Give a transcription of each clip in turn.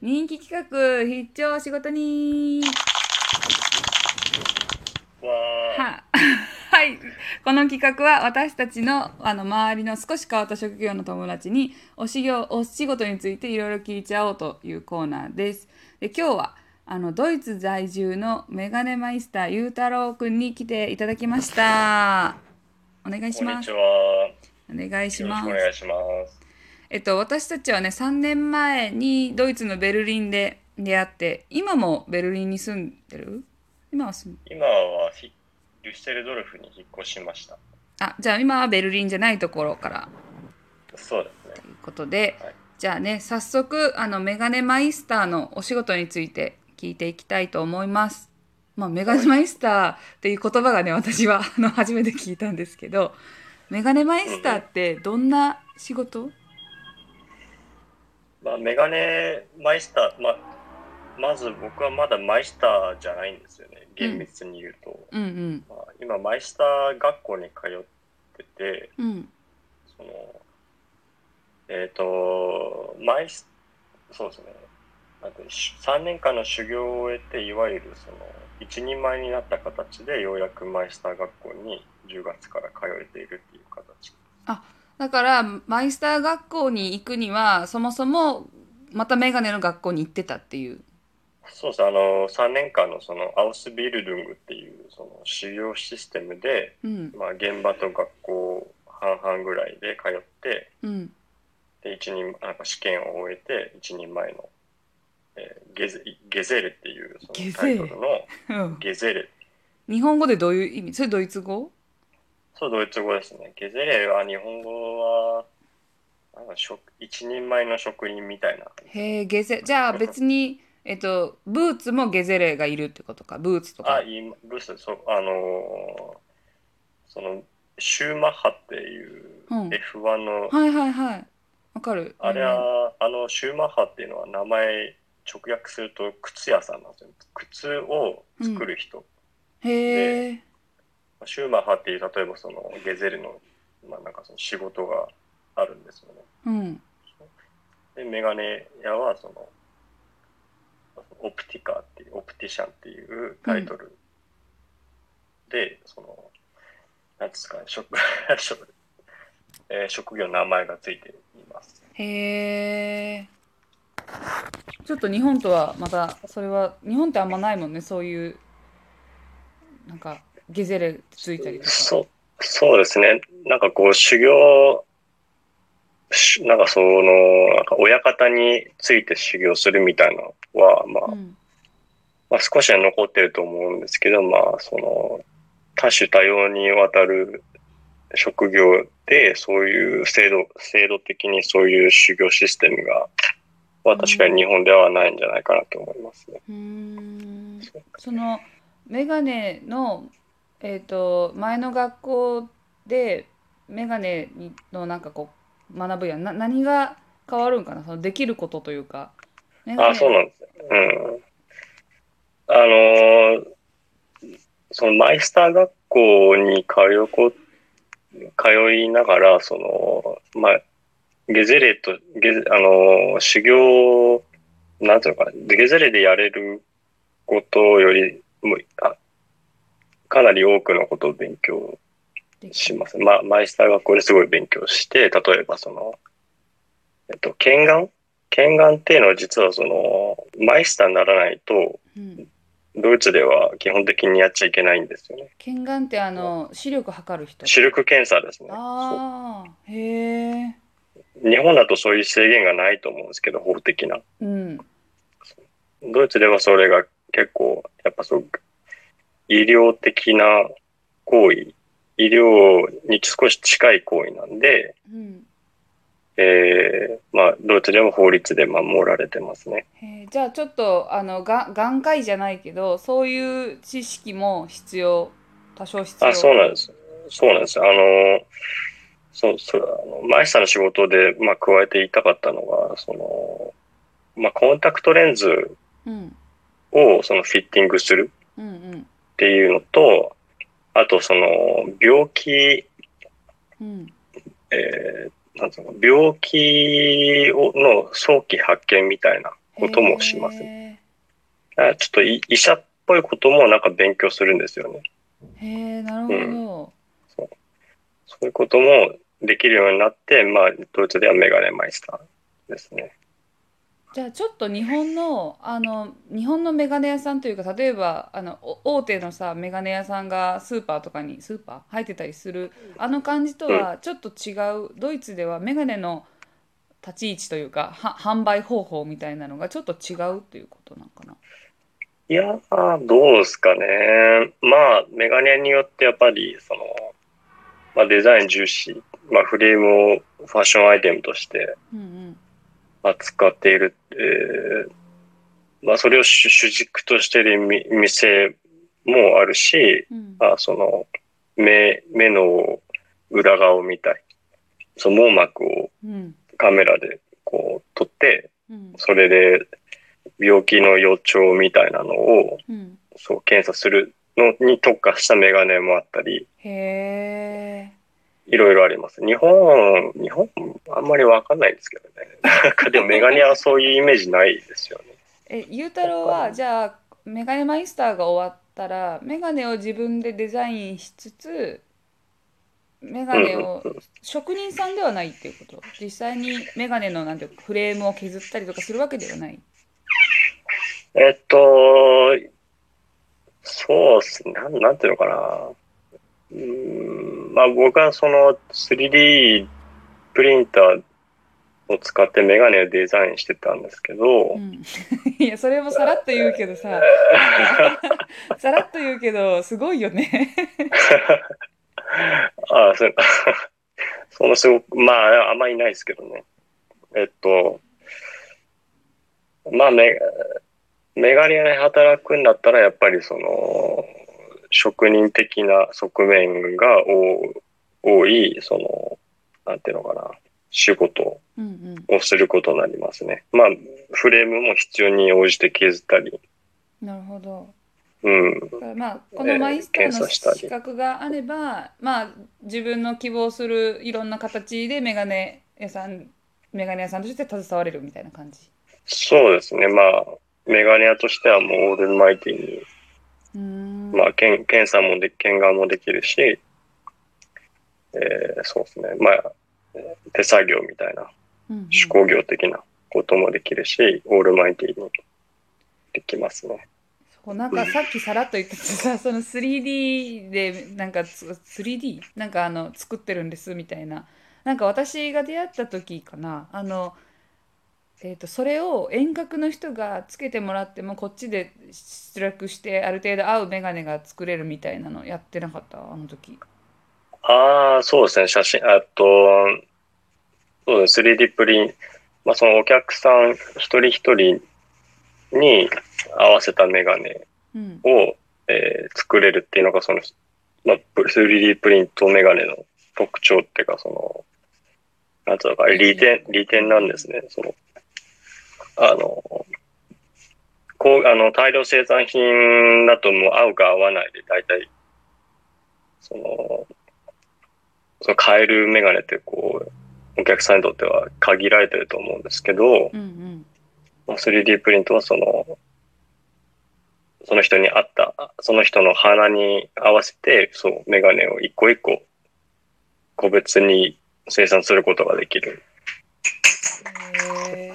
人気企画必聴仕事にわーは はいこの企画は私たちのあの周りの少し変わった職業の友達にお仕業お仕事についていろいろ聞いちゃおうというコーナーです。で今日はあのドイツ在住のメガネマイスターゆうたろうくんに来ていただきました。お願いしこんまにちす。は。よお願いろししくおます。願いします。えっと、私たちはね3年前にドイツのベルリンで出会って今もベルリンに住んでる今は住ん今はひデュッセルドルフに引っ越しました。あじゃあ今はベルリンじゃないところからそうですねと。いうことで、はいじゃあね早速あのメガネマイスターのお仕事について聞いていきたいと思います。まあ、メガネマイスターっていう言葉がね私はあの初めて聞いたんですけどメガネマイスターってどんな仕事、まあ、メガネマイスター、まあ、まず僕はまだマイスターじゃないんですよね。厳密に言うと。うん、うんまあ、今、マイスター学校に通ってて、うんその、えっ、と、マイス、そうですね。なんて3年間の修行を終えて、いわゆるその、一人前になった形で、ようやくマイスター学校に10月から通えているっていう形。だからマイスター学校に行くにはそもそもまたメガネの学校に行ってたっていう。そうですね、あの、3年間のその、アウスビルドゥングっていう、その、修行システムで、うんまあ、現場と学校半々ぐらいで通って、うんで一人なんか試験を終えて一人前の、えーゲゼゲゼールっていうそゲゼのタイトルのゲゼール日本語でどういう意味それドイツ語そうドイツ語ですねゲゼールは日本語はなんか職一人前の職員みたいなへえゲゼじゃあ別に、えっと、ブーツもゲゼレがいるってことかブーツとあかいブスそうあのーそのシューマッハっていううん F1 の、はいはいはいわかるあれは、あのシューマッハっていうのは名前直訳すると靴屋さんなんですよ靴を作る人、うんへえシューマッハっていう例えばそのゲゼルの,、まあ、なんかその仕事があるんですよね。うんでメガネ屋はそのオプティカーっていうオプティシャンっていうタイトルで、そのなんですかね職 職,、えー職業の名前がついています。へえちょっと日本とはまたそれは日本ってあんまないもんねそういうなんかゲゼレついたりとかそうそうですねなんかこう修行しなんかそのなんか親方について修行するみたいなのはまあ、んまあ、少しは残ってると思うんですけど、まあ、その、多種多様にわたる職業で、そういう制度、制度的にそういう修行システムが、まあ、確かに日本ではないんじゃないかなと思いますね。うーんそのメガネの、えー、と前の学校でメガネのなんかこう学ぶやんな何が変わるんかなそのできることというか。メガあ、ネそうなんですね。うん。あのーそのマイスター学校に通うこ、通いながら、その、まあ、ゲゼレと、ゲゼあのー修行、なんていうのかな、ゲゼレでやれることよりも、あかなり多くのことを勉強できします。まあ、マイスター学校ですごい勉強して、例えばその、えっと、剣眼剣眼っていうのは実はその、マイスターにならないと、うん、ドイツでは基本的にやっちゃいけないんですよね。剣眼ってあの視力測る人。視力検査ですね。そああへえ。う日本だとそういう制限がないと思うんですけど、法的な。うんドイツではそれが結構、やっぱそう、医療的な行為、医療に少し近い行為なんで、うんえー、まあ、ドイツでも法律で守られてますね。へーじゃあちょっとあのが眼科医じゃないけどそういう知識も必要多少必要。あ、そうなんです。そうなんです。あの、そう、そう、あの、マイスターの仕事で、まあ、加えて言いたかったのが、その、まあ、コンタクトレンズうんを、その、フィッティングするうんうんっていうのと、あと、その、病気、うん。えー、なんつうの、病気をの早期発見みたいなこともしますねへあちょっとい医者っぽいこともなんか勉強するんですよね。えへえなるほそういうこともできるようになって、まあ、ドイツではメガネマイスターですね。ど。じゃあちょっと日本のあの日本のメガネ屋さんというか例えばあのお大手のさメガネ屋さんがスーパーとかにスーパー入ってたりするあの感じとはちょっと違う、ドイツではメガネの立ち位置というかは販売方法みたいなのがちょっと違うということなんかな。いやー、どうですかね。まあ、メガネによってやっぱり、その、まあ、デザイン重視、まあ、フレームをファッションアイテムとしてうんうん扱っている、えーまあ、それを主主軸としているみ店もあるし、うんまあ、その、目、目の裏側を見たい。その網膜をうんカメラでこう撮って、うんそれで病気の予兆みたいなのをうんそう検査するのに特化したメガネもあったり、へえ。いろいろあります。日本、日本、あんまりわかんないですけどね。 なんかでもメガネはそういうイメージないですよね。え、ゆうたろうは、じゃあ、メガネマイスターが終わったら、メガネを自分でデザインしつつ、メガネを、職人さんではないっていうこと。実際にメガネの、なんていうか、フレームを削ったりとかするわけではない。えっと、そうっすね。なん、なんていうのかな。うーん、まあ僕はその 3D プリンターを使ってメガネをデザインしてたんですけどう、ん。 いや、それもさらっと言うけどさ、さらっと言うけど、すごいよね。ああ、そ そのすごく、まあ、あんまりいないですけどね。えっと、まあ、メメガネ屋で働くんだったら、やっぱりその、職人的な側面が多多い、その、なんていうのかな、仕事うんうん。をすることになりますね。まあ、フレームも必要に応じて削ったり、なるほど。うん、だからまあこのマイスターの資格があれば、まあ自分の希望するいろんな形でメガネ屋さんメガネ屋さんとして携われるみたいな感じ。そうですね。まあ、メガネ屋としてはもうオールマイティに、うーん。まあ、検検査もで、検眼もできるし、えーそうですね。まあ、えー手作業みたいな、うんうん手工業的なこともできるし、オールマイティにできますね。そうなんかさっきさらっと言ってたさその 3D でなんかつ 3D なんかあの作ってるんですみたいななんか私が出会った時かなあの、えー、とそれを遠隔の人がつけてもらってもこっちで出力してある程度合うメガネが作れるみたいなのやってなかったあの時。ああ、そうですね。写真、あと、そうですね。3D プリン、まあ、そのお客さん一人一人に合わせたメガネうんを、えー作れるっていうのが、その、まあ、プ 3D プリントメガネの特徴っていうか、その、なんつうのか、利点、利点なんですね。その、あの、こう、あの、大量生産品だともう合うか合わないで、大体、その、その買えるメガネってこう、お客さんにとっては限られてると思うんですけど、うんうんまあ 3D プリントはその、その人に合った、その人の鼻に合わせて、そう、メガネを一個一個、個別に生産することができる。へ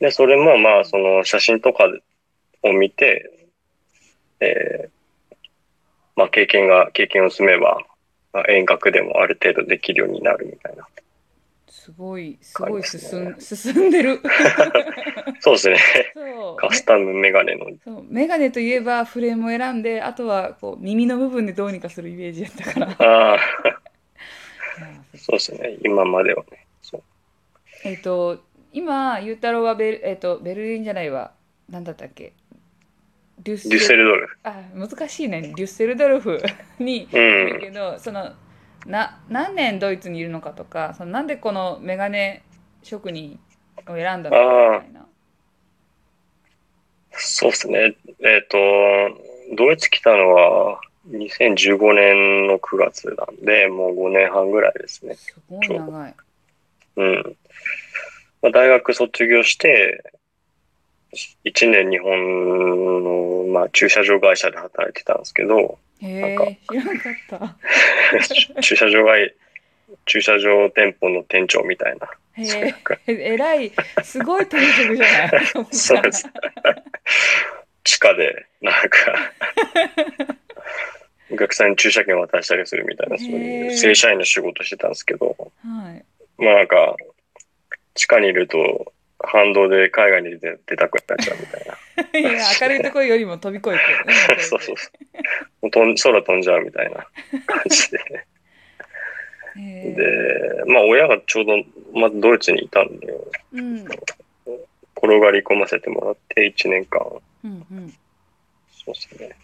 で、それもまあ、その写真とかを見て、えーまあ、経験が、経験を積めば、まあ、遠隔でもある程度できるようになるみたいな。ーすごいすごい進ん進んでる。 そうですね。そうカスタムメガネのそう、メガネといえばフレームを選んで、あとはこう耳の部分でどうにかするイメージやったから。ああ、そうですね。今まではね。そう。えっと、今、ゆうたろうはベル、えっと、ベルリンじゃないわ。なんだったっけデュッセデュッセルドルフ。あ、難しいね。デュッセルドルフにういるん。けど、その、な、何年ドイツにいるのかとか、そのなんでこのメガネ職人を選んだのかみたいな。そうですね。えっ、と、ドイツ来たのは2015年の9月なんで、もう5年半ぐらいですね。すごい長い。うん。まあ、大学卒業して、 1年日本の、まあ、駐車場会社で働いてたんですけど、へなんえ、知らなかった。駐車場外、駐車場店舗の店長みたいな。へそうえ、ええらい、すごい転職じゃない。そうです。地下で、なんか、お客さんに駐車券渡したりするみたいな、そういへうー正社員の仕事してたんですけど、はい。まあなんか、地下にいると、反動で海外に出出たくなっちゃうみた いな。いや、明るいところよりも飛び越えて。 そうそうそう。もう飛ん空飛んじゃうみたいな感じで。へえで、まあ親がちょうど、まあ、ドイツにいたんで、うん。転がり込ませてもらって1年間、うんうん。そうですね。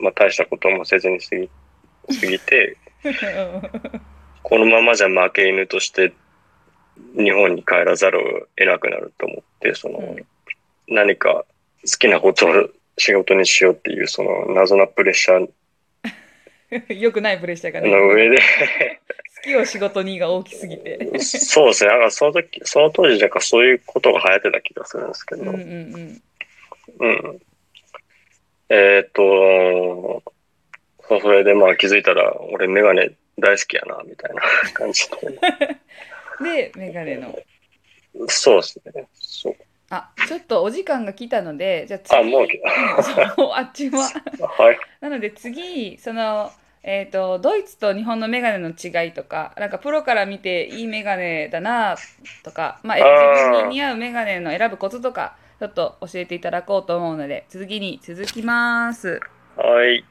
まあ大したこともせずに過ぎ過ぎて、このままじゃ負け犬として日本に帰らざるを得なくなると思って、その、うん何か好きなことを仕事にしようっていう、その謎なプレッシャーよくないプレッシャーがね。の上 で、好きを仕事にが大きすぎて。そうですね。なんかその時、その当時、なんかそういうことが流行ってた気がするんですけうど。んううんん。うん。えーっと、そうそれでまあ気づいたら、俺メガネ大好きやな、みたいな感じ で、で。メガネの。そうですね。そう。あ、ちょっとお時間が来たので、じゃあ次。あ、もう、そう、あっちは。はい。なので次、その、えっと、ドイツと日本のメガネの違いとか、なんかプロから見ていいメガネだなとか、まあ、えあー自分に似合うメガネの選ぶコツとか、ちょっと教えていただこうと思うので、続きに続きます。はい。